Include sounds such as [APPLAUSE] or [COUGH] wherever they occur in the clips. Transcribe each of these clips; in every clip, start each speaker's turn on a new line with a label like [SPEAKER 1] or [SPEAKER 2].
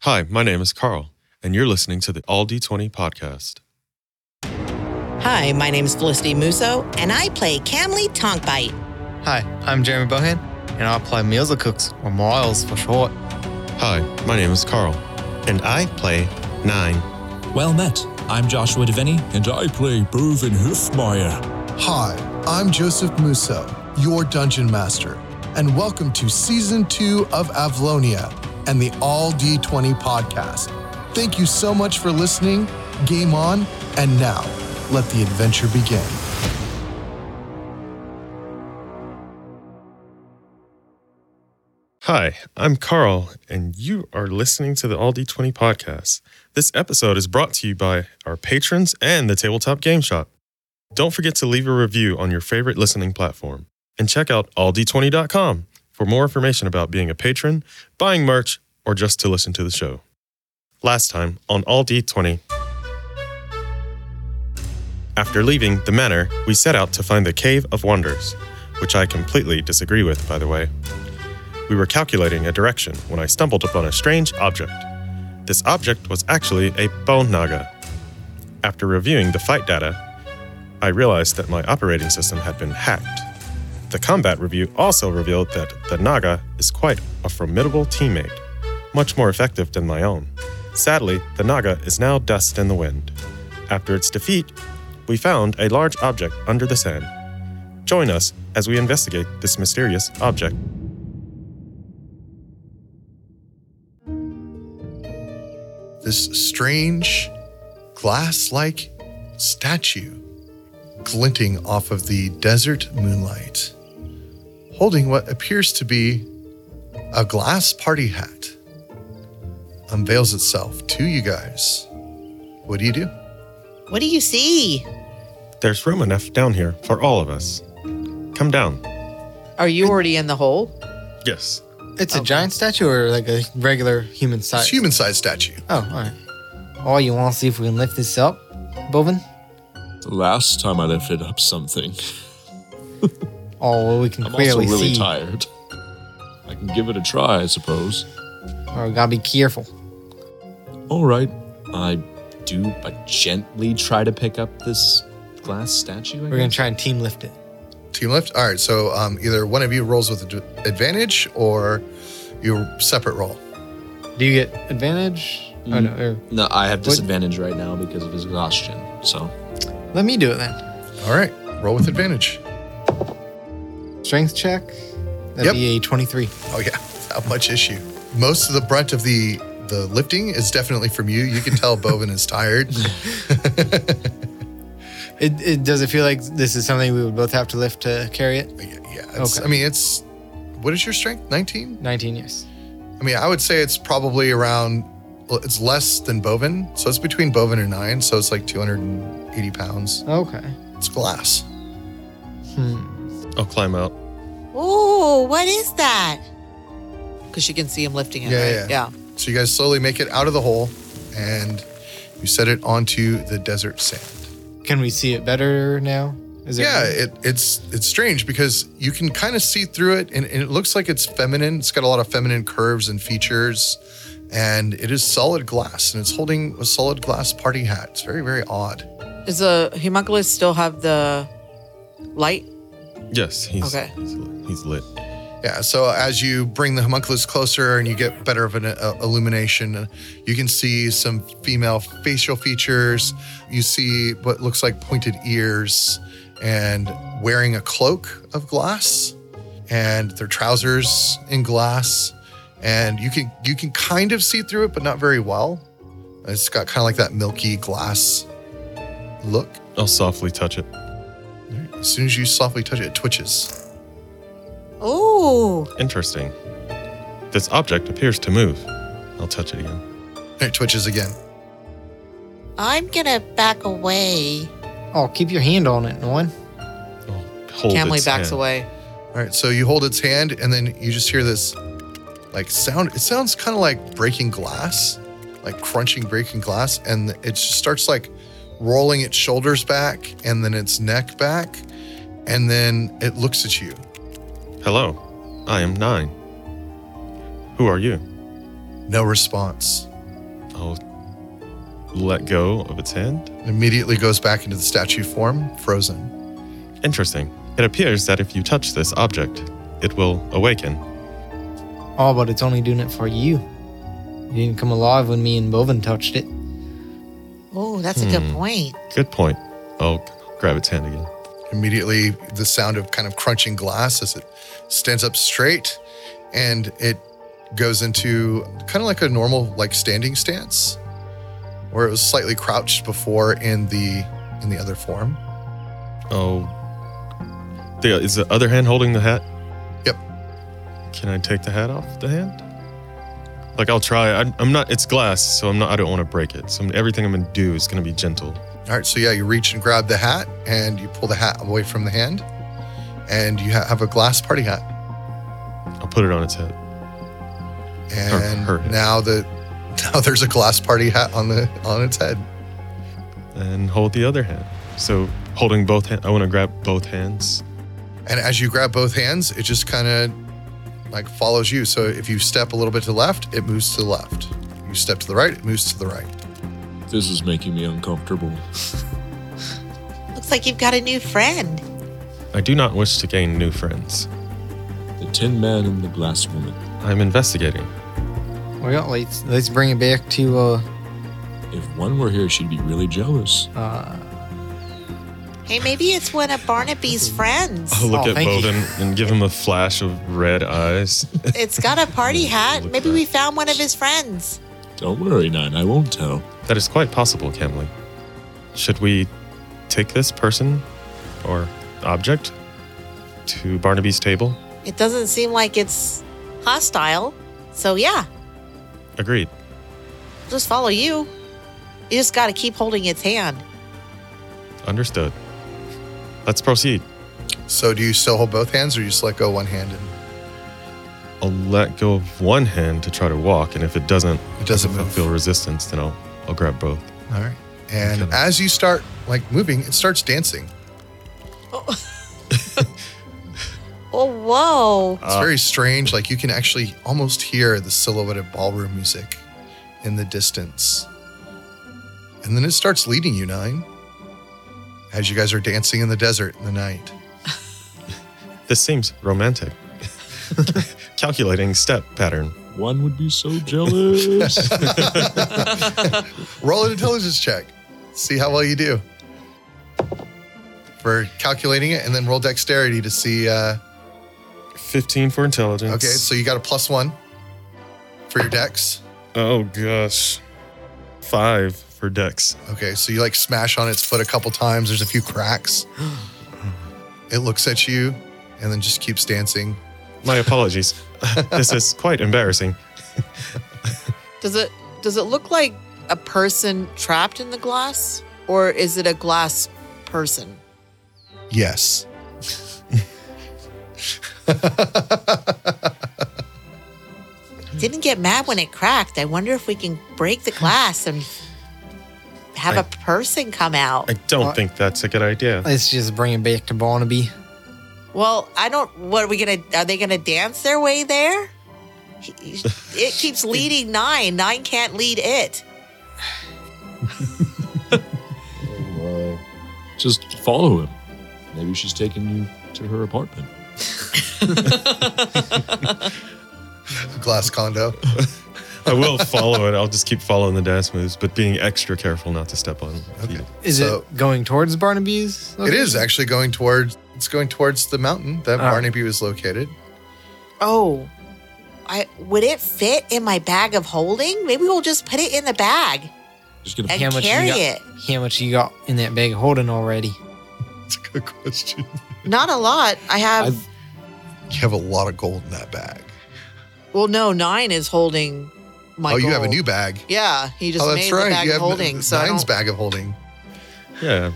[SPEAKER 1] Hi, my name is Carl, and you're listening to the All D20 podcast.
[SPEAKER 2] Hi, my name's Felicity Musso, and I play Camly Tonkbite.
[SPEAKER 3] Hi, I'm Jeremy Bohan, and I play Meals Cooks, or Miles for short.
[SPEAKER 1] Hi, my name is Carl, and I play Nine.
[SPEAKER 4] Well met. I'm Joshua Devaney, and I play Boven Hufmeyer.
[SPEAKER 5] Hi, I'm Joseph Musso, your dungeon master, and welcome to season two of Avlonia and the All D20 podcast. Thank you so much for listening. Game on, and now let the adventure begin.
[SPEAKER 1] Hi, I'm Carl, and you are listening to the All D20 podcast. This episode is brought to you by our patrons and the Tabletop Game Shop. Don't forget to leave a review on your favorite listening platform and check out alld20.com for more information about being a patron, buying merch, or just to listen to the show. Last time on All D20, after leaving the manor, we set out to find the Cave of Wonders, which I completely disagree with, by the way. We were calculating a direction when I stumbled upon a strange object. This object was actually a bone naga. After reviewing the fight data, I realized that my operating system had been hacked. The combat review also revealed that the Naga is quite a formidable teammate, much more effective than my own. Sadly, the Naga is now dust in the wind. After its defeat, we found a large object under the sand. Join us as we investigate this mysterious object.
[SPEAKER 5] This strange, glass like statue glinting off of the desert moonlight, holding what appears to be a glass party hat, unveils itself to you guys. What do you do?
[SPEAKER 2] What do you see?
[SPEAKER 1] There's room enough down here for all of us. Come down.
[SPEAKER 6] Are you already in the hole?
[SPEAKER 1] Yes.
[SPEAKER 3] It's a giant statue or like a regular human
[SPEAKER 5] It's
[SPEAKER 3] size?
[SPEAKER 5] a human sized statue.
[SPEAKER 3] Oh, all right. Oh, you want to see if we can lift this up, Boven?
[SPEAKER 4] Last time I lifted up something.
[SPEAKER 3] Oh, well, we can
[SPEAKER 4] I'm also
[SPEAKER 3] clearly
[SPEAKER 4] really
[SPEAKER 3] see.
[SPEAKER 4] tired. I can give it a try, I suppose.
[SPEAKER 3] Oh, we gotta be careful.
[SPEAKER 4] All right. I do, I gently try to pick up this glass statue. I
[SPEAKER 3] We're gonna
[SPEAKER 4] guess.
[SPEAKER 3] try and team lift it.
[SPEAKER 5] Team lift. All right. So um, either one of you rolls with ad- advantage or you separate roll.
[SPEAKER 3] Do you get advantage? Oh, no. or-
[SPEAKER 4] No, I have disadvantage right now because of his exhaustion. So
[SPEAKER 3] let me do it then.
[SPEAKER 5] All right. Roll with advantage.
[SPEAKER 3] Strength check. That'd
[SPEAKER 5] Yep.
[SPEAKER 3] be a 23.
[SPEAKER 5] Oh yeah, [LAUGHS] not much issue. Most of the brunt of the the lifting is definitely from you. You can tell Bovin is tired.
[SPEAKER 3] It, it Does it feel like this is something we would both have to lift to carry it?
[SPEAKER 5] Yeah, yeah, it's,
[SPEAKER 3] Okay.
[SPEAKER 5] I mean it's. What is your strength? Nineteen.
[SPEAKER 3] 19, yes.
[SPEAKER 5] I mean, I would say it's probably around. well, It's less than Bovin, so it's between Bovin and nine. So it's like two hundred and eighty pounds.
[SPEAKER 3] Okay.
[SPEAKER 5] It's glass.
[SPEAKER 3] Hmm.
[SPEAKER 1] I'll climb out.
[SPEAKER 2] Oh, what is that?
[SPEAKER 6] Because you can see him lifting it.
[SPEAKER 5] Yeah,
[SPEAKER 6] right?
[SPEAKER 5] yeah. So you guys slowly make it out of the hole, and you set it onto the desert sand.
[SPEAKER 3] Can we see it better now? Is it
[SPEAKER 5] yeah it, it's it's strange because you can kind of see through it and, and it looks like it's feminine it's got a lot of feminine curves and features and it is solid glass and it's holding a solid glass party hat it's very very odd
[SPEAKER 6] Does the homunculus uh, still have the light?
[SPEAKER 1] Yes, he's,
[SPEAKER 6] Okay.
[SPEAKER 1] he's, lit- he's lit.
[SPEAKER 5] yeah so as you bring the homunculus closer and you get better of an uh, illumination uh, you can see some female facial features you see what looks like pointed ears and wearing a cloak of glass and their trousers in glass and you can you can kind of see through it but not very well it's got kind of like that milky glass look
[SPEAKER 1] I'll softly touch it.
[SPEAKER 5] as soon as you softly touch it it twitches
[SPEAKER 2] Oh,
[SPEAKER 1] Interesting. This object appears to move. I'll touch it again.
[SPEAKER 5] and it twitches again
[SPEAKER 2] I'm gonna back away.
[SPEAKER 3] Oh, keep your hand on it, Nolan.
[SPEAKER 1] I'll hold
[SPEAKER 6] Camly
[SPEAKER 1] its
[SPEAKER 6] backs
[SPEAKER 1] hand.
[SPEAKER 6] away.
[SPEAKER 5] All right, so you hold its hand, and then you just hear this, like sound. It sounds kind of like breaking glass, like crunching breaking glass, and it just starts like rolling its shoulders back, and then its neck back, and then it looks at you.
[SPEAKER 1] Hello, I am Nine. Who are you?
[SPEAKER 5] No response.
[SPEAKER 1] I'll let go of its hand.
[SPEAKER 5] Immediately goes back into the statue form, frozen.
[SPEAKER 1] Interesting. It appears that if you touch this object, it will awaken.
[SPEAKER 3] Oh, but it's only doing it for you. You didn't come alive when me and Bovin touched it.
[SPEAKER 2] Oh, that's a
[SPEAKER 1] Hmm.
[SPEAKER 2] good point.
[SPEAKER 1] Good point. I'll grab its hand again.
[SPEAKER 5] Immediately, the sound of kind of crunching glass as it stands up straight and it goes into kind of like a normal, like standing stance where it was slightly crouched before in the in the other form.
[SPEAKER 1] Oh. The, is the other hand holding the hat?
[SPEAKER 5] Yep.
[SPEAKER 1] Can I take the hat off the hand? Like I'll try. I'm, I'm not. It's glass, so I'm not. I don't want to break it. So I'm- everything I'm gonna do is gonna be gentle.
[SPEAKER 5] All right, so yeah, you reach and grab the hat and you pull the hat away from the hand and you ha- have a glass party hat.
[SPEAKER 1] I'll put it on its head.
[SPEAKER 5] and
[SPEAKER 1] her head.
[SPEAKER 5] now the [LAUGHS] now there's a glass party hat on the on its head.
[SPEAKER 1] and hold the other hand. So holding both hands, I want to grab both hands.
[SPEAKER 5] And as you grab both hands, it just kind of like follows you. So if you step a little bit to the left, it moves to the left. You step to the right, it moves to the right.
[SPEAKER 4] This is making me uncomfortable.
[SPEAKER 2] Looks like you've got a new friend.
[SPEAKER 1] I do not wish to gain new friends.
[SPEAKER 4] The Tin Man and the Glass Woman.
[SPEAKER 1] I'm investigating.
[SPEAKER 3] Well, let's let's bring it back to uh,
[SPEAKER 4] If one were here, she'd be really jealous.
[SPEAKER 3] uh
[SPEAKER 2] Hey, maybe it's one of Barnaby's friends.
[SPEAKER 1] I'll look
[SPEAKER 3] Oh,
[SPEAKER 1] at
[SPEAKER 3] thank you.
[SPEAKER 1] Bowden and give him a flash of red eyes.
[SPEAKER 2] It's got a
[SPEAKER 1] [LAUGHS]
[SPEAKER 2] party hat.
[SPEAKER 1] Look
[SPEAKER 2] Maybe
[SPEAKER 1] at
[SPEAKER 2] we found one of his friends.
[SPEAKER 4] Don't worry, Nine, I won't tell.
[SPEAKER 1] that is quite possible, Camley. Should we take this person or object to Barnaby's table?
[SPEAKER 2] It doesn't seem like it's hostile. So, yeah,
[SPEAKER 1] Agreed.
[SPEAKER 2] just follow you. You just got to keep holding its hand.
[SPEAKER 1] Understood. Let's proceed.
[SPEAKER 5] So do you still hold both hands, or you just let go one hand and
[SPEAKER 1] I'll let go of one hand to try to walk, and if it doesn't,
[SPEAKER 5] it doesn't
[SPEAKER 1] if I
[SPEAKER 5] move?
[SPEAKER 1] feel resistance, then I'll I'll grab both.
[SPEAKER 5] All right. And
[SPEAKER 1] Okay.
[SPEAKER 5] as you start like moving, it starts dancing.
[SPEAKER 2] Oh, whoa.
[SPEAKER 5] It's very strange. Like you can actually almost hear the silhouetted ballroom music in the distance. And then it starts leading you, Nine, as you guys are dancing in the desert in the night.
[SPEAKER 1] This seems romantic. [LAUGHS] Calculating step pattern.
[SPEAKER 4] One would be
[SPEAKER 3] [LAUGHS]
[SPEAKER 4] so jealous.
[SPEAKER 5] Roll an intelligence check. See how well you do for calculating it, and then roll dexterity to see. Uh,
[SPEAKER 1] 15 for intelligence.
[SPEAKER 5] okay, so you got a plus one for your dex.
[SPEAKER 1] Oh, gosh. Five for dex.
[SPEAKER 5] Okay, so you like smash on its foot a couple times. There's a
[SPEAKER 6] [GASPS]
[SPEAKER 5] few cracks. It looks at you and then just keeps dancing.
[SPEAKER 1] My apologies. [LAUGHS] this is quite embarrassing.
[SPEAKER 6] Does it does it look like a person trapped in the glass, or is it a glass person?
[SPEAKER 5] Yes.
[SPEAKER 2] Didn't get mad when it cracked. I wonder if we can break the glass and have a person come out.
[SPEAKER 1] I don't
[SPEAKER 3] Uh,
[SPEAKER 1] think that's a good idea.
[SPEAKER 3] let's just bring it back to Barnaby.
[SPEAKER 2] well, I don't. What are we gonna? Are they gonna dance their way there? He- he- It keeps leading nine. Nine can't lead it.
[SPEAKER 4] Uh, Just follow him. Maybe she's taking you to her apartment.
[SPEAKER 5] Glass condo.
[SPEAKER 1] I
[SPEAKER 5] [LAUGHS]
[SPEAKER 1] will follow it. I'll just keep following the dance moves, but being extra careful not to step on feet.
[SPEAKER 3] Is
[SPEAKER 5] So-
[SPEAKER 3] it going towards Barnaby's?
[SPEAKER 5] It is actually going towards it's going towards the mountain that
[SPEAKER 3] Ah.
[SPEAKER 5] Barnaby was located.
[SPEAKER 6] Oh,
[SPEAKER 2] I would it fit in my bag of holding? Maybe we'll just put it in the bag
[SPEAKER 4] Just gonna
[SPEAKER 2] and
[SPEAKER 3] How much you
[SPEAKER 2] carry
[SPEAKER 3] got?
[SPEAKER 2] it.
[SPEAKER 3] How much you got in that bag holding already?
[SPEAKER 5] That's a good question. [LAUGHS]
[SPEAKER 6] not a lot. I have.
[SPEAKER 4] I've-
[SPEAKER 5] You have a lot of gold in that bag.
[SPEAKER 6] well, no, nine is holding my.
[SPEAKER 5] oh, you have a
[SPEAKER 6] gold.
[SPEAKER 5] new bag.
[SPEAKER 6] Yeah, he just
[SPEAKER 5] oh,
[SPEAKER 6] made
[SPEAKER 5] that's right.
[SPEAKER 6] the bag
[SPEAKER 5] you
[SPEAKER 6] of
[SPEAKER 5] have
[SPEAKER 6] holding. So I
[SPEAKER 5] Nine's
[SPEAKER 6] don't-
[SPEAKER 5] bag of holding.
[SPEAKER 1] Yeah.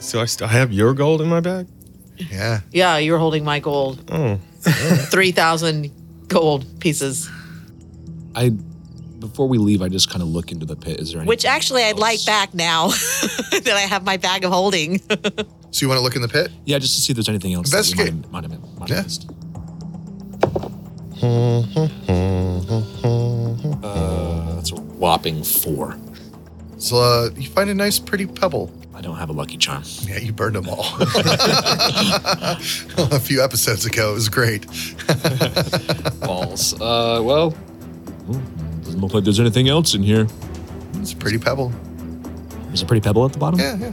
[SPEAKER 1] So I, st- I have your gold in my bag?
[SPEAKER 5] Yeah.
[SPEAKER 6] yeah, you're holding my gold,
[SPEAKER 3] Hmm.
[SPEAKER 1] Oh.
[SPEAKER 6] [LAUGHS] three thousand gold pieces.
[SPEAKER 4] I before we leave, I just kind of look into the pit. Is there any?
[SPEAKER 2] Which actually I'd like
[SPEAKER 4] else?
[SPEAKER 6] [LAUGHS]
[SPEAKER 2] back now that I have my bag of holding.
[SPEAKER 5] So you want to look in the pit?
[SPEAKER 4] Yeah, just to see if there's anything else. that we might have-
[SPEAKER 5] Investigate.
[SPEAKER 4] Might have, might have,
[SPEAKER 5] Yeah. [LAUGHS]
[SPEAKER 4] missed. Uh, that's a whopping four.
[SPEAKER 5] So uh, you find a nice, pretty pebble.
[SPEAKER 4] I don't have a lucky charm.
[SPEAKER 5] Yeah, you burned them all. [LAUGHS] a few episodes ago, it was great.
[SPEAKER 4] Balls. Uh, well, hmm, doesn't look like there's anything else in here.
[SPEAKER 5] It's a pretty pebble.
[SPEAKER 4] There's a pretty pebble at the bottom.
[SPEAKER 5] Yeah, yeah.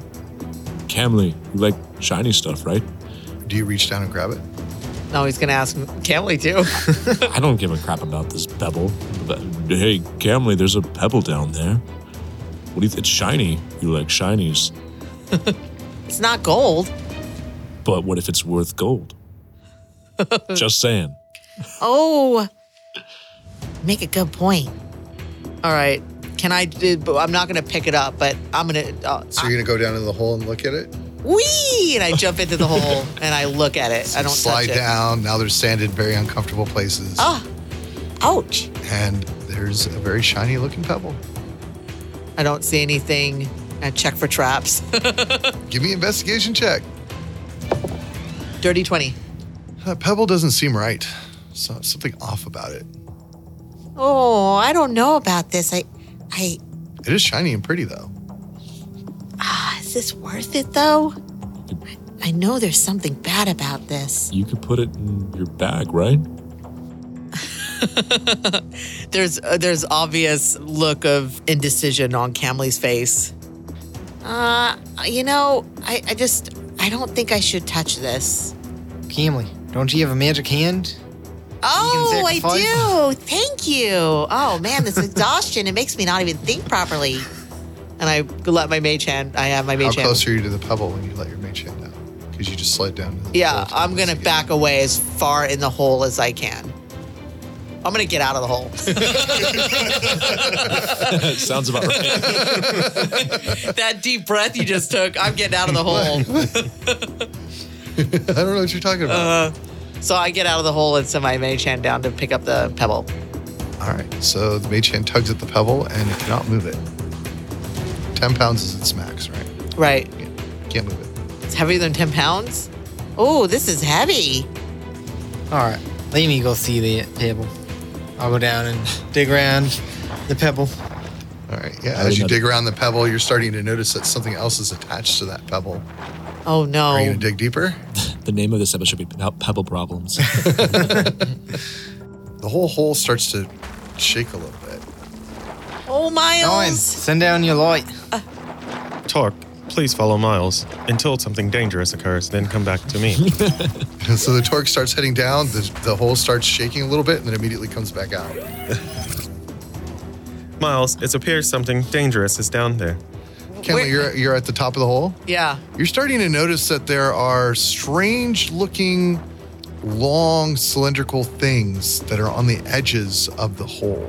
[SPEAKER 4] Camly, you like shiny stuff, right?
[SPEAKER 5] Do you reach down and grab it?
[SPEAKER 6] No, he's gonna ask. him, Can't we do?
[SPEAKER 4] I don't give a crap about this pebble. But, hey, Camly, there's a pebble down there. What do you think? It's shiny. You like shinies.
[SPEAKER 2] It's not gold.
[SPEAKER 4] But what if it's worth [LAUGHS] gold? Just saying.
[SPEAKER 2] Oh, make a good point.
[SPEAKER 6] All right. Can I? do- But I'm not gonna pick it up. But I'm gonna. Uh,
[SPEAKER 5] So you're gonna go down into the hole and look at it.
[SPEAKER 6] wee! And I jump into the
[SPEAKER 5] [LAUGHS]
[SPEAKER 6] hole and I look at it. I don't
[SPEAKER 5] slide
[SPEAKER 6] touch it. Ah,
[SPEAKER 5] down. Now there's sand in very uncomfortable places,
[SPEAKER 2] Oh, ouch.
[SPEAKER 5] and there's a very shiny looking pebble.
[SPEAKER 6] I don't see anything. I check for traps. [LAUGHS]
[SPEAKER 5] Give me investigation check.
[SPEAKER 6] Dirty twenty.
[SPEAKER 5] That pebble doesn't seem right. So something off about it.
[SPEAKER 2] Oh, I don't know about this. I, I,
[SPEAKER 5] It is shiny and pretty though.
[SPEAKER 2] ah, is this worth it though? I- I know there's something bad about this.
[SPEAKER 4] You could put it in your bag, right?
[SPEAKER 6] There's uh, there's obvious look of indecision on Camly's face.
[SPEAKER 2] Uh, you know, I, I just, I don't think I should touch this.
[SPEAKER 3] Camly, don't you have a magic hand?
[SPEAKER 2] Oh, I
[SPEAKER 3] sacrifice?
[SPEAKER 2] do. Thank you. Oh man, this exhaustion, it makes me not even think properly.
[SPEAKER 6] And I let my mage hand. I have my
[SPEAKER 5] How
[SPEAKER 6] mage hand.
[SPEAKER 5] close are you to the pebble when you let your mage hand down? Because you just slide down. To the
[SPEAKER 6] Yeah,
[SPEAKER 5] hole to
[SPEAKER 6] I'm gonna
[SPEAKER 5] investigate.
[SPEAKER 6] back away as far in the hole as I can. I'm gonna get out of the hole.
[SPEAKER 4] [LAUGHS] Sounds about right.
[SPEAKER 6] [LAUGHS] that deep breath you just took, I'm getting out of [LAUGHS] the hole.
[SPEAKER 5] [LAUGHS] I don't know what you're talking about.
[SPEAKER 6] Uh-huh. So I get out of the hole and send my mage hand down to pick up the pebble. Uh,
[SPEAKER 5] All right. So the mage hand tugs at the pebble and it cannot move it. Ten pounds is its max, right?
[SPEAKER 6] Right.
[SPEAKER 5] Yeah. Can't move it.
[SPEAKER 6] It's heavier than 10 pounds.
[SPEAKER 2] Oh, this is heavy.
[SPEAKER 3] All right, let me go see the pebble. I'll go down and [LAUGHS] dig around the pebble.
[SPEAKER 5] All right. Yeah.
[SPEAKER 4] I
[SPEAKER 5] As
[SPEAKER 4] did
[SPEAKER 5] you
[SPEAKER 4] not-
[SPEAKER 5] dig around the pebble, you're starting to notice that something else is attached to that pebble.
[SPEAKER 6] Oh no.
[SPEAKER 5] Are you gonna dig deeper?
[SPEAKER 4] the name of this episode should be Pe- Pebble [LAUGHS] Problems.
[SPEAKER 5] The whole hole starts to shake a little bit. [LAUGHS]
[SPEAKER 2] Oh,
[SPEAKER 3] Owen,
[SPEAKER 2] Miles.
[SPEAKER 3] send down your light.
[SPEAKER 1] Talk, please follow Miles until something dangerous occurs, then come back to me.
[SPEAKER 5] [LAUGHS] And so the torque starts heading down, the, the hole starts shaking a little bit, and then immediately comes back out.
[SPEAKER 1] Miles, it appears something dangerous is down there.
[SPEAKER 5] Kenley, you're, you're at the top of the hole.
[SPEAKER 6] yeah.
[SPEAKER 5] You're starting to notice that there are strange looking, long, cylindrical things that are on the edges of the hole.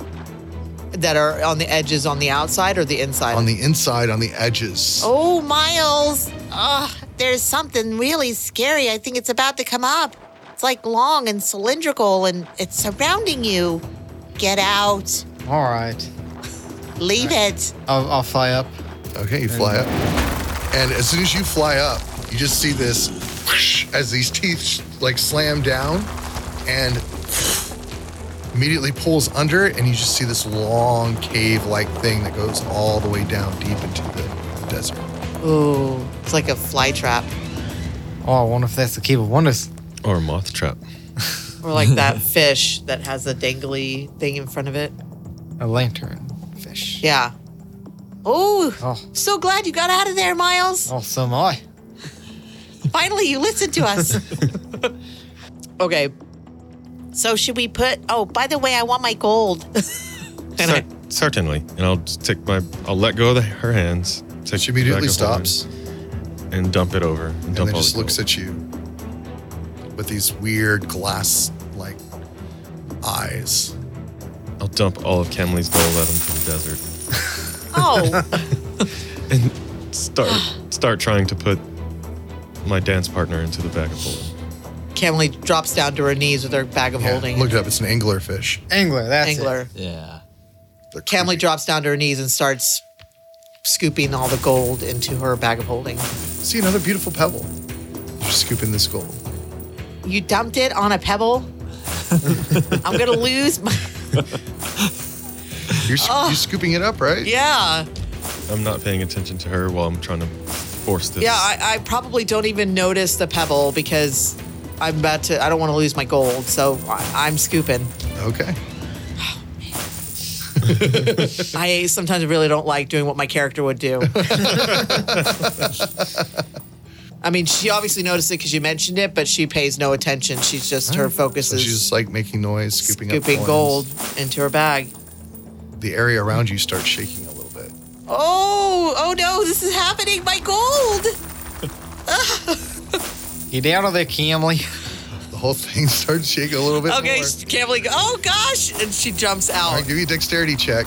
[SPEAKER 6] That are on the edges on the outside or the inside?
[SPEAKER 5] On the inside, on the edges.
[SPEAKER 2] Oh, Miles. Ugh, there's something really scary. I think it's about to come up. It's like long and cylindrical and it's surrounding you. Get out.
[SPEAKER 3] All right,
[SPEAKER 2] Leave it.
[SPEAKER 3] I'll, I'll fly up.
[SPEAKER 5] Okay, you fly up. And as soon as you fly up, you just see this whoosh as these teeth like slam down and immediately pulls under and you just see this long cave-like thing that goes all the way down deep into the desert.
[SPEAKER 6] Ooh, it's like a fly trap
[SPEAKER 3] Oh, I wonder if that's the cave of wonders.
[SPEAKER 1] Or moth trap.
[SPEAKER 6] or like
[SPEAKER 5] [LAUGHS]
[SPEAKER 6] that fish that has a dangly thing in front of it.
[SPEAKER 3] A lantern fish.
[SPEAKER 6] Yeah.
[SPEAKER 2] Oh,
[SPEAKER 3] Oh,
[SPEAKER 2] so glad you got out of there, Miles.
[SPEAKER 3] oh, so am I.
[SPEAKER 2] Finally, you listened to us.
[SPEAKER 6] Okay.
[SPEAKER 2] so, should we put. Oh, by the way, I want
[SPEAKER 6] [LAUGHS]
[SPEAKER 2] my gold.
[SPEAKER 6] And I-
[SPEAKER 1] Cer- certainly. And I'll just take my, I'll let go of the, her hands. Take
[SPEAKER 5] She immediately
[SPEAKER 1] the back of
[SPEAKER 5] stops
[SPEAKER 1] mine And dump it over. And,
[SPEAKER 5] and
[SPEAKER 1] dump
[SPEAKER 5] then
[SPEAKER 1] all
[SPEAKER 5] just
[SPEAKER 1] the
[SPEAKER 5] looks
[SPEAKER 1] gold.
[SPEAKER 5] at you with these weird glass-like eyes.
[SPEAKER 1] I'll dump all of Camly's gold at him to the desert.
[SPEAKER 6] [LAUGHS] Oh,
[SPEAKER 1] [LAUGHS] And start, start trying to put my dance partner into the bag of gold.
[SPEAKER 6] Camely drops down to her knees with her bag of
[SPEAKER 5] Yeah,
[SPEAKER 6] holding.
[SPEAKER 5] Look it up. It's an anglerfish.
[SPEAKER 3] Angler, that's it.
[SPEAKER 6] angler.
[SPEAKER 4] yeah.
[SPEAKER 5] They're
[SPEAKER 6] Camely drops down to her knees and starts scooping all the gold into her bag of holding.
[SPEAKER 5] See another beautiful pebble. You're scooping this gold. [LAUGHS]
[SPEAKER 2] You dumped it on a pebble. I'm going to lose my.
[SPEAKER 5] You're, sc-
[SPEAKER 6] Oh.
[SPEAKER 5] you're scooping it up, right?
[SPEAKER 6] Yeah.
[SPEAKER 1] I'm not paying attention to her while I'm trying to force this.
[SPEAKER 6] Yeah, I, I probably don't even notice the pebble because I'm about to, I don't want to lose my gold. So I, I'm scooping.
[SPEAKER 5] Okay.
[SPEAKER 6] I sometimes really don't like doing what my character would
[SPEAKER 5] [LAUGHS]
[SPEAKER 6] do. I mean, she obviously noticed it because you mentioned it, but she pays no attention. She's just, her focus
[SPEAKER 5] So
[SPEAKER 6] is
[SPEAKER 5] she's just like making noise, scooping,
[SPEAKER 6] scooping,
[SPEAKER 5] up coins.
[SPEAKER 6] gold into her bag.
[SPEAKER 5] The area around you starts shaking a little bit.
[SPEAKER 2] Oh, oh no, this is happening. My gold.
[SPEAKER 3] Get out of there, Camley.
[SPEAKER 5] The whole thing [LAUGHS] starts shaking a little bit.
[SPEAKER 6] Okay,
[SPEAKER 5] more.
[SPEAKER 6] she can't believe, oh gosh. And she jumps
[SPEAKER 5] All
[SPEAKER 6] out.
[SPEAKER 5] right, give me a dexterity check.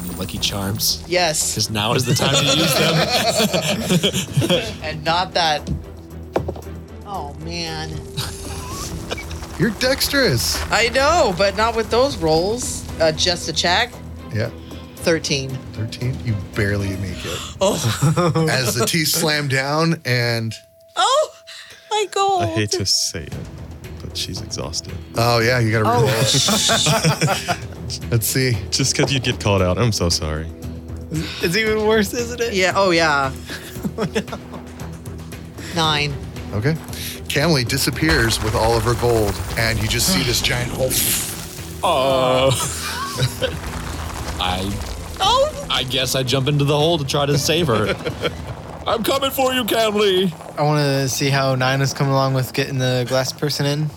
[SPEAKER 4] Any lucky charms?
[SPEAKER 6] Yes.
[SPEAKER 4] Because now is the [LAUGHS] time to use them.
[SPEAKER 6] And not that. Oh, man.
[SPEAKER 5] You're dexterous.
[SPEAKER 6] I know, but not with those rolls. Uh, just a check.
[SPEAKER 5] Yeah.
[SPEAKER 6] 13.
[SPEAKER 5] 13. You barely make it.
[SPEAKER 6] Oh,
[SPEAKER 5] As the teeth slam down and
[SPEAKER 6] oh, my gold.
[SPEAKER 1] I hate to say it, but she's exhausted.
[SPEAKER 5] oh yeah, you gotta
[SPEAKER 6] Oh,
[SPEAKER 5] roll. [LAUGHS] Let's see.
[SPEAKER 1] Just because you'd get called out, I'm so sorry.
[SPEAKER 3] [LAUGHS] It's even worse, isn't it?
[SPEAKER 6] Yeah. Oh, yeah. [LAUGHS] Nine.
[SPEAKER 5] Okay. Camely disappears with all of her gold, and you just see this giant hole.
[SPEAKER 4] Oh. [LAUGHS] I
[SPEAKER 6] Oh,
[SPEAKER 4] I guess I jump into the hole to try to save her. [LAUGHS] I'm coming for you, Camley.
[SPEAKER 3] I want to see how Nine is coming along with getting the glass person in.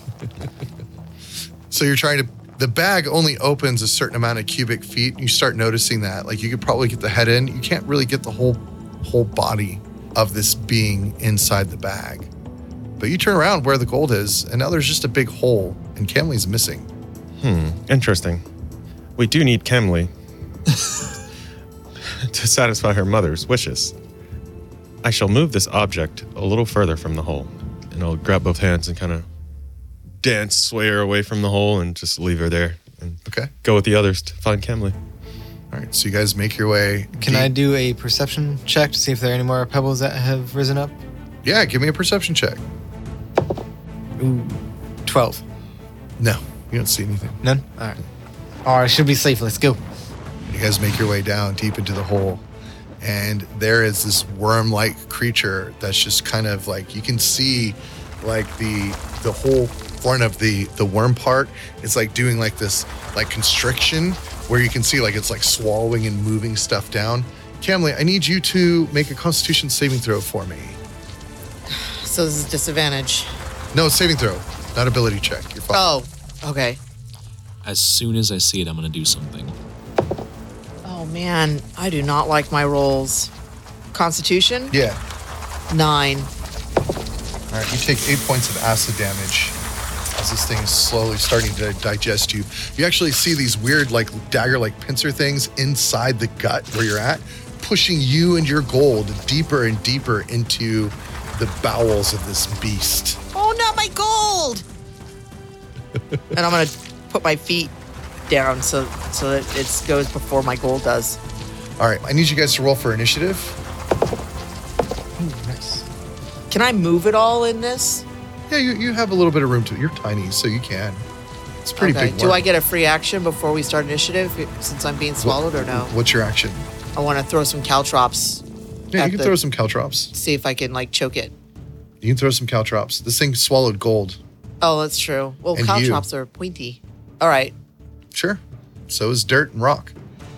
[SPEAKER 5] So you're trying to. The bag only opens a certain amount of cubic feet. You start noticing that. Like you could probably get the head in. You can't really get the whole whole body of this being inside the bag. But you turn around where the gold is, and now there's just a big hole, and Camley's missing.
[SPEAKER 1] Interesting. We do need Kemley to satisfy her mother's wishes. I shall move this object a little further from the hole, and I'll grab both hands and kind of dance, sway her away from the hole, and just leave her there and
[SPEAKER 5] Okay.
[SPEAKER 1] go with the others to find Kemley.
[SPEAKER 5] All right. So you guys make your way.
[SPEAKER 3] Can
[SPEAKER 5] deep-
[SPEAKER 3] I do a perception check to see if there are any more pebbles that have risen up?
[SPEAKER 5] Yeah. Give me a perception check.
[SPEAKER 3] Ooh, 12.
[SPEAKER 5] No, you don't see anything.
[SPEAKER 3] None? All right. All right, should be safe. Let's go.
[SPEAKER 5] You guys make your way down deep into the hole, and there is this worm-like creature that's just kind of like you can see, like the the whole front of the the worm part. It's like doing like this like constriction where you can see like it's like swallowing and moving stuff down. Camley, I need you to make a Constitution saving throw for me.
[SPEAKER 6] so this is disadvantage.
[SPEAKER 5] No, saving throw, not ability check. You're fine.
[SPEAKER 6] Oh, okay.
[SPEAKER 4] As soon as I see it, I'm gonna do something.
[SPEAKER 6] Oh man, I do not like my rolls. Constitution
[SPEAKER 5] Yeah.
[SPEAKER 6] nine.
[SPEAKER 5] All right, you take eight points of acid damage as this thing is slowly starting to digest you. You actually see these weird, like dagger-like pincer things inside the gut where you're at, pushing you and your gold deeper and deeper into the bowels of this beast.
[SPEAKER 6] Oh, not my gold. and I'm gonna put my feet down so so that it goes before my gold does.
[SPEAKER 5] All right, I need you guys to roll for initiative.
[SPEAKER 3] Nice.
[SPEAKER 6] Can I move it all in this?
[SPEAKER 5] Yeah, you, you have a little bit of room to. You're tiny, so you can. It's a pretty
[SPEAKER 6] okay.
[SPEAKER 5] big.
[SPEAKER 6] Do
[SPEAKER 5] worm.
[SPEAKER 6] I get a free action before we start initiative since I'm being swallowed or no?
[SPEAKER 5] What's your action?
[SPEAKER 6] I want to throw some caltrops.
[SPEAKER 5] Yeah,
[SPEAKER 6] At
[SPEAKER 5] you can
[SPEAKER 6] the-
[SPEAKER 5] throw some caltrops.
[SPEAKER 6] See if I can like choke it.
[SPEAKER 5] You can throw some caltrops. This thing swallowed gold.
[SPEAKER 6] Oh, that's true. Well,
[SPEAKER 5] And you.
[SPEAKER 6] caltrops are pointy. All right.
[SPEAKER 5] Sure. So is dirt and rock.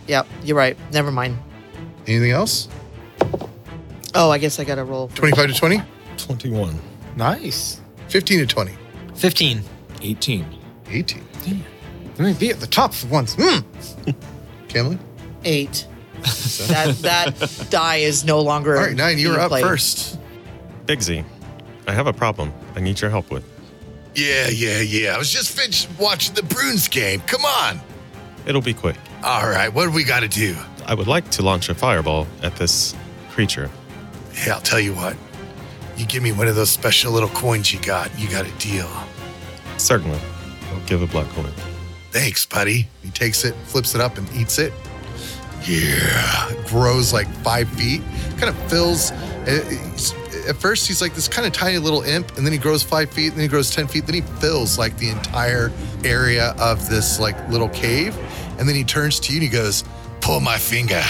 [SPEAKER 6] Yep, you're right. Never mind.
[SPEAKER 5] Anything else?
[SPEAKER 6] Oh, I guess I got to roll. for-
[SPEAKER 5] 25 to 20?
[SPEAKER 1] 21.
[SPEAKER 3] Nice.
[SPEAKER 5] 15 to 20.
[SPEAKER 3] 15.
[SPEAKER 4] 18.
[SPEAKER 5] 18.
[SPEAKER 3] Let me be at the top for once.
[SPEAKER 2] [GASPS]
[SPEAKER 3] Hmm.
[SPEAKER 5] Camlin? [LAUGHS]
[SPEAKER 6] Eight. that that die is no longer.
[SPEAKER 5] All right, 9, you
[SPEAKER 6] being
[SPEAKER 5] were up
[SPEAKER 6] played.
[SPEAKER 5] first.
[SPEAKER 1] Big Z, I have a problem I need your help with.
[SPEAKER 5] Yeah, yeah, yeah. I was just finished watching the Bruins game. Come on.
[SPEAKER 1] It'll be quick.
[SPEAKER 5] All right, what do we got to do?
[SPEAKER 1] I would like to launch a fireball at this creature.
[SPEAKER 5] Hey, I'll tell you what. You give me one of those special little coins you got, you got a deal.
[SPEAKER 1] Certainly. I'll give a black coin.
[SPEAKER 5] Thanks, buddy. He takes it, flips it up, and eats it. Yeah. Grows like five feet, kind of fills. eh, At first, he's like this kind of tiny little imp, and then he grows five feet, and then he grows 10 feet, then he fills like the entire area of this like little cave. And then he turns to you and he goes, Pull my finger.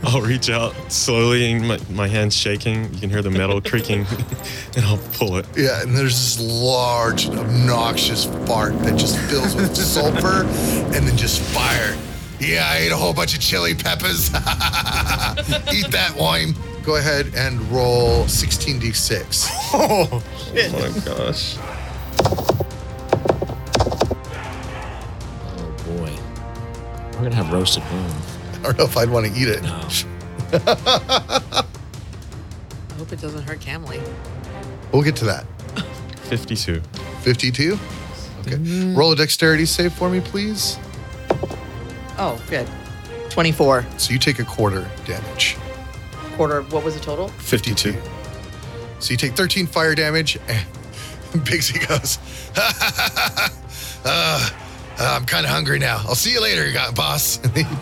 [SPEAKER 1] [LAUGHS] I'll reach out slowly, and my, my hand's shaking. You can hear the metal creaking, [LAUGHS] and I'll pull it.
[SPEAKER 5] yeah, and there's this large, obnoxious fart that just fills with sulfur and then just fire. Yeah, I ate a whole bunch of chili peppers. [LAUGHS] Eat that wine. Go ahead and roll 16d6.
[SPEAKER 1] Oh my gosh.
[SPEAKER 4] Oh boy, we're gonna have roasted lamb.
[SPEAKER 5] I don't know if I'd want to eat it.
[SPEAKER 4] No.
[SPEAKER 6] I hope it doesn't hurt Camly.
[SPEAKER 5] We'll get to that.
[SPEAKER 1] 52.
[SPEAKER 5] 52? Okay. Roll a dexterity save for me, please.
[SPEAKER 6] Oh, good. 24.
[SPEAKER 5] So you take a quarter damage.
[SPEAKER 6] Quarter. What was the total?
[SPEAKER 1] 52.
[SPEAKER 5] So you take 13 fire damage, and [LAUGHS] Bigsy goes, uh, I'm kind of hungry now. I'll see you later, you got boss. [LAUGHS]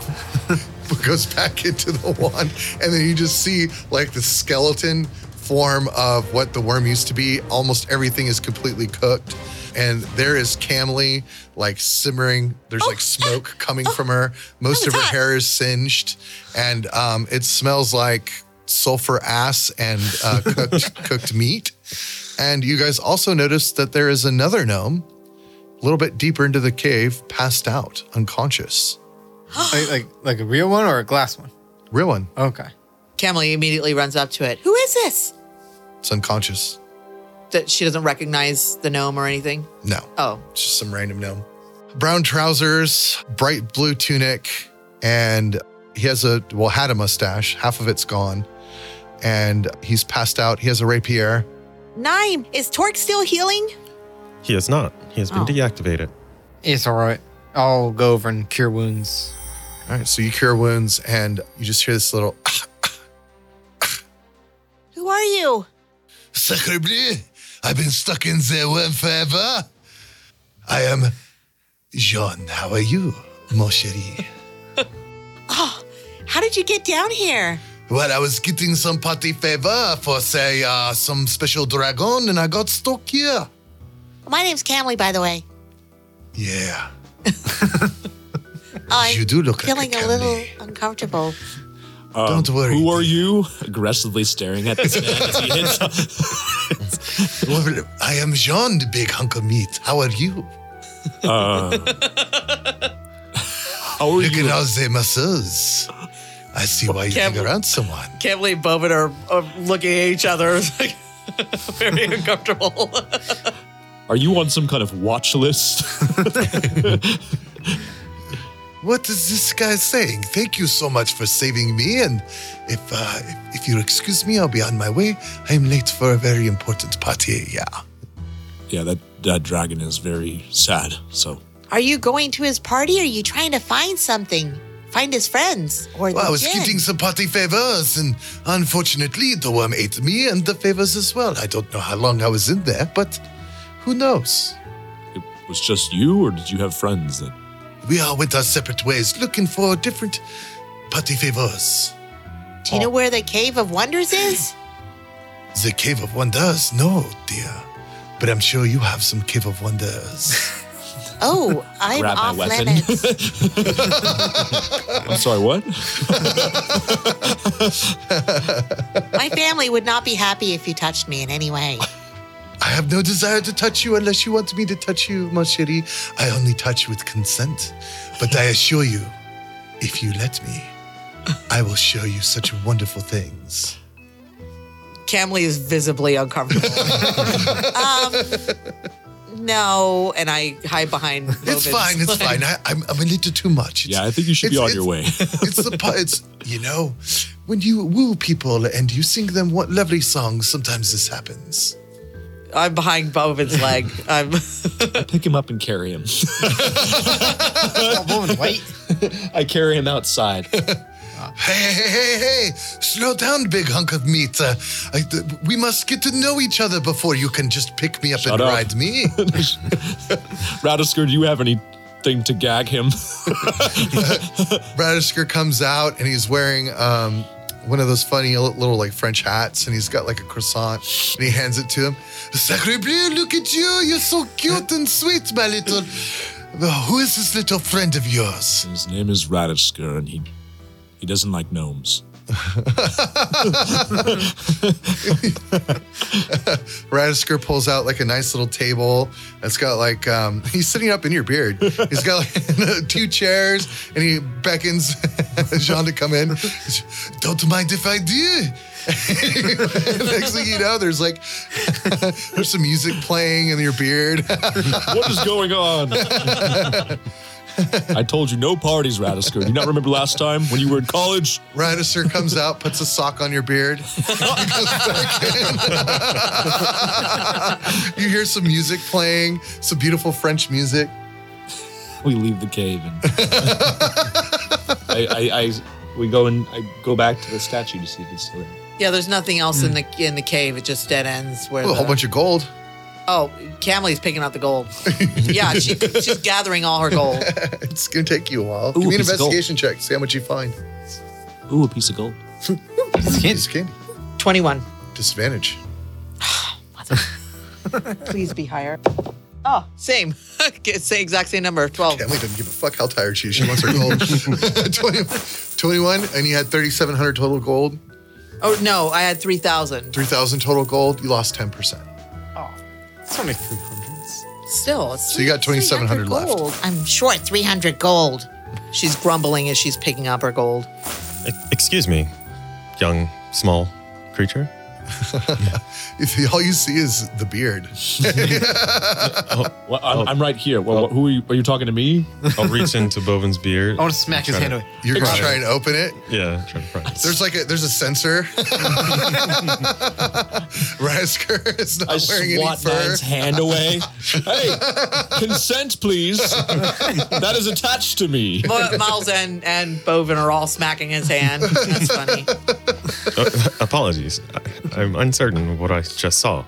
[SPEAKER 5] And then he goes back into the wand, and then you just see like the skeleton form of what the worm used to be. Almost everything is completely cooked. And there is Camely like simmering. There's like smoke coming from her. Most
[SPEAKER 2] that
[SPEAKER 5] of her
[SPEAKER 2] was hot.
[SPEAKER 5] hair is singed, and um, it smells like sulfur ass and uh, cooked cooked meat. And you guys also notice that there is another gnome a little bit deeper into the cave, passed out, unconscious.
[SPEAKER 3] like, like like a real one or a glass one?
[SPEAKER 5] Real one.
[SPEAKER 3] Okay.
[SPEAKER 6] Camly immediately runs up to it.
[SPEAKER 2] Who is this?
[SPEAKER 5] It's unconscious.
[SPEAKER 6] That she doesn't recognize the gnome or anything.
[SPEAKER 5] No,
[SPEAKER 6] Oh,
[SPEAKER 5] it's just some random gnome. Brown trousers, bright blue tunic, and he has a, well, had a mustache. Half of it's gone. And he's passed out. He has a rapier.
[SPEAKER 2] Nine. Is Torque still healing?
[SPEAKER 1] He has not. He has been
[SPEAKER 6] Oh.
[SPEAKER 1] deactivated.
[SPEAKER 3] It's all right. I'll go over and cure [LAUGHS] wounds.
[SPEAKER 5] All right, so you cure wounds, and you just hear this little, [COUGHS]
[SPEAKER 2] Who are you?
[SPEAKER 5] Sacre bleu, I've been stuck in the worm forever. I am Jean. How are you, mon chéri?
[SPEAKER 2] Oh, how did you get down here?
[SPEAKER 5] Well, I was getting some party favor for, say, uh, some special dragon, and I got stuck here.
[SPEAKER 2] My name's Camly, by the way. [LAUGHS]
[SPEAKER 5] Yeah,
[SPEAKER 2] I'm
[SPEAKER 5] you do look
[SPEAKER 2] feeling
[SPEAKER 5] like
[SPEAKER 2] a
[SPEAKER 5] a
[SPEAKER 2] little
[SPEAKER 5] Camille.
[SPEAKER 2] uncomfortable.
[SPEAKER 4] Um,
[SPEAKER 5] Don't worry.
[SPEAKER 4] Who are you? [LAUGHS] Aggressively staring at this man. as he hits [LAUGHS] him.
[SPEAKER 5] Well, I am Jean, the big hunk of meat. How are you?
[SPEAKER 4] Uh, How are
[SPEAKER 5] Look
[SPEAKER 4] you?
[SPEAKER 5] at all the muscles. I see why you
[SPEAKER 6] Can't
[SPEAKER 5] hang
[SPEAKER 6] bel-
[SPEAKER 5] around someone.
[SPEAKER 6] Camly and Bovin are, are looking at each other. [LAUGHS] It's like very uncomfortable.
[SPEAKER 4] Are you on some kind of watch list? [LAUGHS]
[SPEAKER 5] What is this guy saying? Thank you so much for saving me. And if uh, if you'll excuse me, I'll be on my way. I am late for a very important party. Yeah.
[SPEAKER 4] yeah, that, that dragon is very sad. So
[SPEAKER 2] Are you going to his party? Are you trying to find something? Find his friends or
[SPEAKER 5] Well,
[SPEAKER 2] the
[SPEAKER 5] I was
[SPEAKER 2] gin?
[SPEAKER 5] getting some party favors, and unfortunately, the worm ate me and the favors as well. I don't know how long I was in there, but who knows?
[SPEAKER 4] it was just you, or did you have friends that?
[SPEAKER 5] We all went our separate ways, looking for different party favors.
[SPEAKER 2] Do
[SPEAKER 4] Oh.
[SPEAKER 2] you know where the Cave of
[SPEAKER 4] [LAUGHS]
[SPEAKER 2] Wonders is?
[SPEAKER 5] The Cave of Wonders? No, dear. But I'm sure you have some Cave of Wonders.
[SPEAKER 2] Oh, I'm
[SPEAKER 4] Grab my
[SPEAKER 2] off
[SPEAKER 4] weapon. [LAUGHS]
[SPEAKER 2] limits.
[SPEAKER 4] I'm sorry, what?
[SPEAKER 2] My family would not be happy if you touched me in any way.
[SPEAKER 5] I have no desire to touch you unless you want me to touch you, mon chéri. I only touch with consent. But I assure you, if you let me, I will show you such wonderful things.
[SPEAKER 6] Camly is visibly
[SPEAKER 5] [LAUGHS]
[SPEAKER 6] uncomfortable. um, no, and I hide behind.
[SPEAKER 5] It's
[SPEAKER 6] Bovin's
[SPEAKER 5] fine. It's
[SPEAKER 6] like-
[SPEAKER 5] fine. I, I'm, I'm a little too much. It's,
[SPEAKER 4] Yeah, I think you should be on
[SPEAKER 5] it's-
[SPEAKER 4] your way.
[SPEAKER 5] [LAUGHS]
[SPEAKER 4] [LAUGHS]
[SPEAKER 5] it's the part. It's you know, when you woo people and you sing them what lovely songs. Sometimes this happens.
[SPEAKER 6] I'm behind Bovin's leg. I'm.
[SPEAKER 4] Pick him up and carry him. [LAUGHS]
[SPEAKER 3] Oh, woman, wait.
[SPEAKER 4] I carry him [LAUGHS] outside.
[SPEAKER 5] Hey, hey, hey, hey! Slow down, big hunk of meat. Uh, I, th- we must get to know each other before you can just pick me up and
[SPEAKER 4] up.
[SPEAKER 5] ride me.
[SPEAKER 4] [LAUGHS] Radisker, do you have anything to gag him?
[SPEAKER 5] Radisker comes out and he's wearing um, one of those funny li- little like French hats and he's got like a croissant and he hands it to him. Sacre bleu, look at you. You're so cute and sweet, my little Oh, who is this little friend of yours?
[SPEAKER 4] His name is Radishker, and he he doesn't like gnomes.
[SPEAKER 5] Radisker pulls out like a nice little table that's got like um, [LAUGHS] he's sitting up in your beard. He's got like [LAUGHS] two chairs and he beckons [LAUGHS] Jean to come in. [LAUGHS] Don't mind if I do. [LAUGHS] Next thing you know, there's like [LAUGHS] there's some music playing in your beard.
[SPEAKER 4] [LAUGHS]
[SPEAKER 5] [LAUGHS]
[SPEAKER 4] What is going on? [LAUGHS] I told you no parties, Radishker. Do you not remember last time when you were in college?
[SPEAKER 5] Radisker comes out, puts a sock on your beard. [LAUGHS] goes back in. [LAUGHS] you hear some music playing, some beautiful French music.
[SPEAKER 4] We leave the cave [LAUGHS] and I, I, I we go and I go back to the statue to see if it's still there.
[SPEAKER 6] Yeah, there's nothing else in the in the cave. It just dead ends where
[SPEAKER 5] Ooh, a whole
[SPEAKER 6] the-
[SPEAKER 5] bunch of gold.
[SPEAKER 6] Oh, Camely's picking out the
[SPEAKER 5] [LAUGHS]
[SPEAKER 6] gold. yeah, she, she's gathering all her gold.
[SPEAKER 5] It's gonna take you a while.
[SPEAKER 4] Ooh,
[SPEAKER 5] Give me an
[SPEAKER 4] piece of gold.
[SPEAKER 5] investigation check. See how much you find.
[SPEAKER 4] Ooh, a piece of gold.
[SPEAKER 5] Piece of candy.
[SPEAKER 6] Twenty-one.
[SPEAKER 5] Disadvantage.
[SPEAKER 6] Please be higher. Oh, same. [LAUGHS] Get- Say exact same number. Twelve.
[SPEAKER 5] Emily doesn't give a fuck how tired she is. She wants
[SPEAKER 4] [LAUGHS]
[SPEAKER 5] her gold. [LAUGHS] 20, 21, and you had 3,700 total gold,
[SPEAKER 6] Oh no, I had three thousand.
[SPEAKER 5] 3,000 total gold. You lost 10%.
[SPEAKER 3] It's only three hundreds.
[SPEAKER 6] Still, it's
[SPEAKER 5] So you got 2,700 left.
[SPEAKER 6] gold.
[SPEAKER 2] I'm short 300 gold.
[SPEAKER 6] She's grumbling as she's picking up her [LAUGHS] gold.
[SPEAKER 1] E- excuse me, young, small creature.
[SPEAKER 5] If all you see is the beard,
[SPEAKER 4] Well,
[SPEAKER 5] Oh.
[SPEAKER 4] I'm, I'm right here. Well, who are you, are you talking to
[SPEAKER 5] [LAUGHS]
[SPEAKER 4] me?
[SPEAKER 1] I'll reach into Bovin's beard.
[SPEAKER 3] I want to smack his
[SPEAKER 1] Try
[SPEAKER 3] hand
[SPEAKER 1] to-
[SPEAKER 3] away.
[SPEAKER 5] you're gonna
[SPEAKER 1] Got it.
[SPEAKER 5] try and open it.
[SPEAKER 1] Yeah, try to pry.
[SPEAKER 5] There's like a there's a sensor. [LAUGHS] Rasker is not
[SPEAKER 4] I
[SPEAKER 5] wearing any
[SPEAKER 4] swat
[SPEAKER 5] fur.
[SPEAKER 4] man's hand
[SPEAKER 5] [LAUGHS]
[SPEAKER 4] away. hey, consent, please. That is attached to
[SPEAKER 5] [LAUGHS]
[SPEAKER 4] me.
[SPEAKER 6] Mo- Miles and and Bovin are all smacking his hand. That's
[SPEAKER 5] [LAUGHS]
[SPEAKER 6] funny.
[SPEAKER 1] Uh, [LAUGHS] apologies. I, I'm uncertain of what I just saw.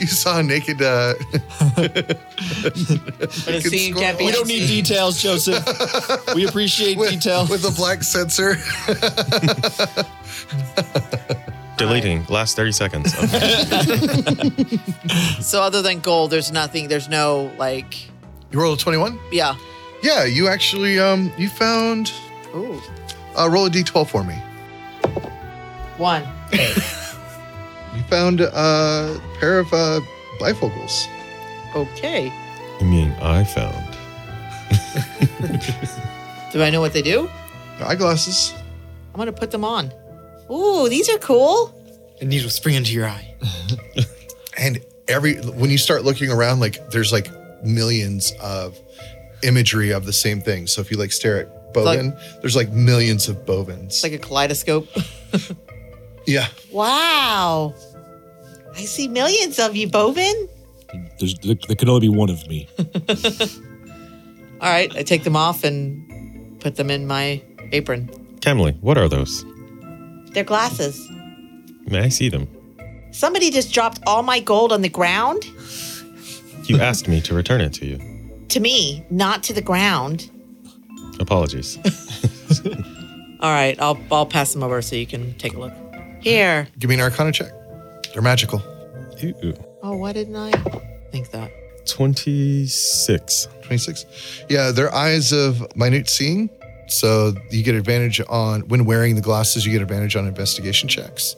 [SPEAKER 5] You saw a naked. Uh,
[SPEAKER 6] But a
[SPEAKER 5] Good
[SPEAKER 6] scene
[SPEAKER 5] score.
[SPEAKER 6] can't be.
[SPEAKER 4] We don't need details, Joseph. We appreciate
[SPEAKER 5] [LAUGHS] with,
[SPEAKER 4] detail.
[SPEAKER 5] with a black sensor.
[SPEAKER 1] Deleting last 30 seconds. of-
[SPEAKER 6] So other than gold, there's nothing. There's no like.
[SPEAKER 5] You rolled a 21.
[SPEAKER 6] Yeah.
[SPEAKER 5] Yeah, you actually um you found.
[SPEAKER 6] Ooh.
[SPEAKER 5] Uh, roll a d12 for me.
[SPEAKER 6] One.
[SPEAKER 5] You found a pair of uh, bifocals.
[SPEAKER 6] Okay.
[SPEAKER 1] you mean I found?
[SPEAKER 6] Do I know what they do?
[SPEAKER 5] They're eyeglasses.
[SPEAKER 6] I'm gonna put them on. Ooh, these are cool.
[SPEAKER 3] A needle spring into your eye.
[SPEAKER 5] And every when you start looking around, like there's like millions of imagery of the same thing. So if you like stare at Bovin, there's like millions of Bovins.
[SPEAKER 6] It's like a [LAUGHS] kaleidoscope.
[SPEAKER 5] yeah,
[SPEAKER 2] Wow. I see millions of you, Bovin.
[SPEAKER 4] There's, there, there can only be one of me.
[SPEAKER 6] All right, I take them off and put them in my apron.
[SPEAKER 1] Camely, what are those?
[SPEAKER 2] They're glasses.
[SPEAKER 1] May I see them?
[SPEAKER 2] Somebody just dropped all my gold on the ground
[SPEAKER 1] You asked me to return it to you.
[SPEAKER 2] to me, not to the ground.
[SPEAKER 1] Apologies.
[SPEAKER 6] All right, I'll I'll pass them over so you can take a look. Here.
[SPEAKER 5] give me an Arcana check. They're magical.
[SPEAKER 1] Ooh,
[SPEAKER 6] Oh, why didn't I think that?
[SPEAKER 1] 26.
[SPEAKER 5] 26. Yeah, they're eyes of minute seeing. So you get advantage on when wearing the glasses, you get advantage on investigation checks.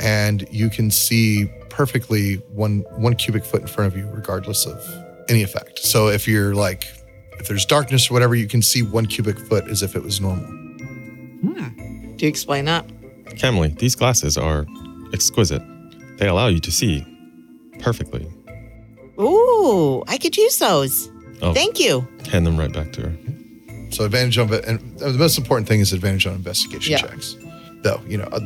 [SPEAKER 5] And you can see perfectly one one cubic foot in front of you, regardless of any effect. So if you're like if there's darkness or whatever, you can see one cubic foot as if it was normal.
[SPEAKER 6] Do you explain that?
[SPEAKER 1] Camely, these glasses are exquisite. They allow you to see perfectly.
[SPEAKER 2] Ooh, I could use those.
[SPEAKER 1] Oh.
[SPEAKER 2] Thank you.
[SPEAKER 1] Hand them right back to her.
[SPEAKER 5] So advantage on and the most important thing is advantage on investigation
[SPEAKER 6] Yeah.
[SPEAKER 5] checks. Though, you know, uh,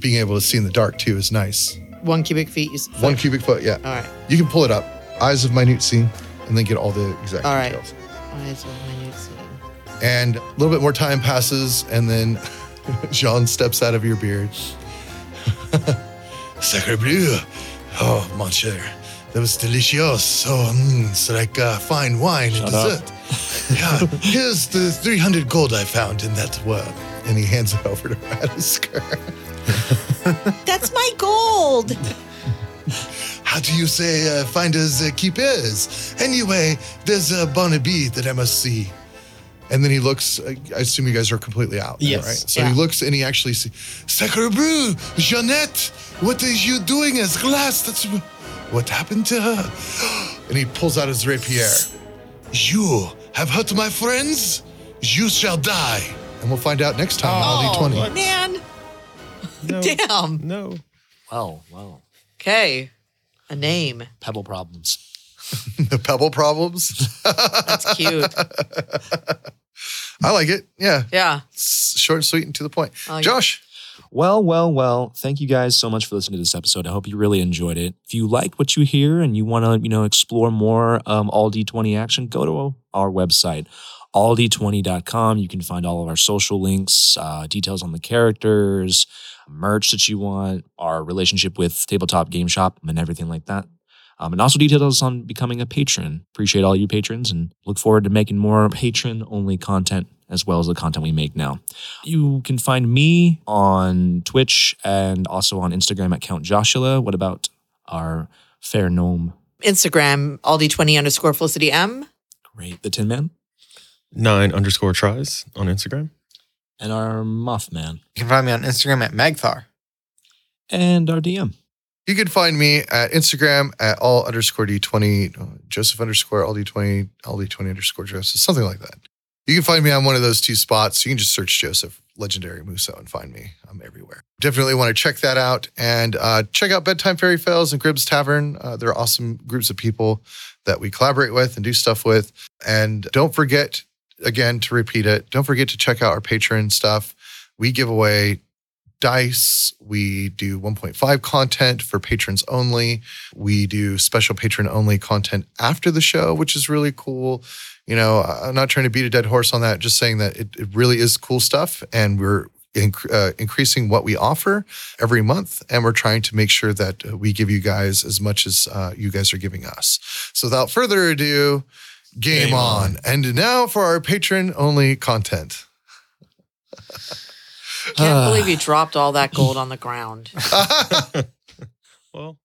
[SPEAKER 5] being able to see in the dark too is nice.
[SPEAKER 6] One cubic feet. You s-
[SPEAKER 5] One cubic foot, yeah.
[SPEAKER 6] All right.
[SPEAKER 5] You can pull it up. Eyes of minute scene, and then get all the exact
[SPEAKER 6] All right.
[SPEAKER 5] details.
[SPEAKER 6] Eyes of my new scene.
[SPEAKER 5] And a little bit more time passes, and then [LAUGHS] Jean steps out of your beard. [LAUGHS] Sacre bleu! Oh, mon cher, that was delicious. Oh, mm, it's like uh, fine wine and
[SPEAKER 4] Shut up.
[SPEAKER 5] dessert. yeah, here's the 300 gold I found in that work. And he hands it over to Radisker.
[SPEAKER 2] That's my gold.
[SPEAKER 5] How do you say uh, finders uh, keepers? Anyway, there's a Barnaby that I must see. And then he looks. I I assume you guys are completely out. now,
[SPEAKER 3] Yes.
[SPEAKER 5] Right? So
[SPEAKER 6] Yeah.
[SPEAKER 5] he looks and he actually sees. Sacre bleu, Jeanette, what is you doing as glass? That's what happened to her. [GASPS] And he pulls out his rapier. You have hurt my friends. You shall die. And we'll find out next time on
[SPEAKER 6] Oh,
[SPEAKER 5] D20.
[SPEAKER 6] man.
[SPEAKER 1] No,
[SPEAKER 6] Damn.
[SPEAKER 1] No.
[SPEAKER 4] Wow, wow.
[SPEAKER 6] Okay. A name.
[SPEAKER 4] Pebble problems.
[SPEAKER 5] [LAUGHS] The pebble problems.
[SPEAKER 6] That's cute.
[SPEAKER 2] [LAUGHS]
[SPEAKER 5] I like it. Yeah.
[SPEAKER 6] yeah.
[SPEAKER 5] It's short and sweet and to the point.
[SPEAKER 6] I like it.
[SPEAKER 5] Josh.
[SPEAKER 4] Well, well, well. Thank you guys so much for listening to this episode. I hope you really enjoyed it. If you liked what you hear and you want to, you know, explore more um, all D20 action, go to our website, alld20.com. You can find all of our social links, uh, details on the characters, merch that you want, our relationship with Tabletop Game Shop, and everything like that. Um, and also details on becoming a patron. Appreciate all you patrons and look forward to making more patron only content as well as the content we make now. You can find me on Twitch and also on Instagram at Count Joshua. What about our fair gnome?
[SPEAKER 6] Instagram, Aldi20 underscore Felicity M.
[SPEAKER 4] Great, the Tin Man
[SPEAKER 1] Nine underscore tries on Instagram.
[SPEAKER 4] and our Mothman
[SPEAKER 3] You can find me on Instagram at Magthar.
[SPEAKER 4] and our DM.
[SPEAKER 5] You can find me at Instagram at all underscore D20, uh, Joseph underscore all D20, all D20 underscore Joseph, something like that. You can find me on one of those two spots. You can just search Joseph Legendary Muso and find me. I'm everywhere. Definitely want to check that out and uh, check out Bedtime Fairy Fails and Gribb's Tavern. Uh, they're awesome groups of people that we collaborate with and do stuff with. And don't forget, again, to repeat it, don't forget to check out our Patreon stuff. We give away dice. We do 1.5 content for patrons only. We do special patron only content after the show, which is really cool. You know, I- I'm not trying to beat a dead horse on that, just saying that it, it really is cool stuff. And we're inc- uh, increasing what we offer every month. And we're trying to make sure that uh, we give you guys as much as uh, you guys are giving us. So without further ado, game,
[SPEAKER 4] Game
[SPEAKER 5] on. And now for our patron only content.
[SPEAKER 6] Can't believe you dropped all that gold on the ground.
[SPEAKER 1] Well,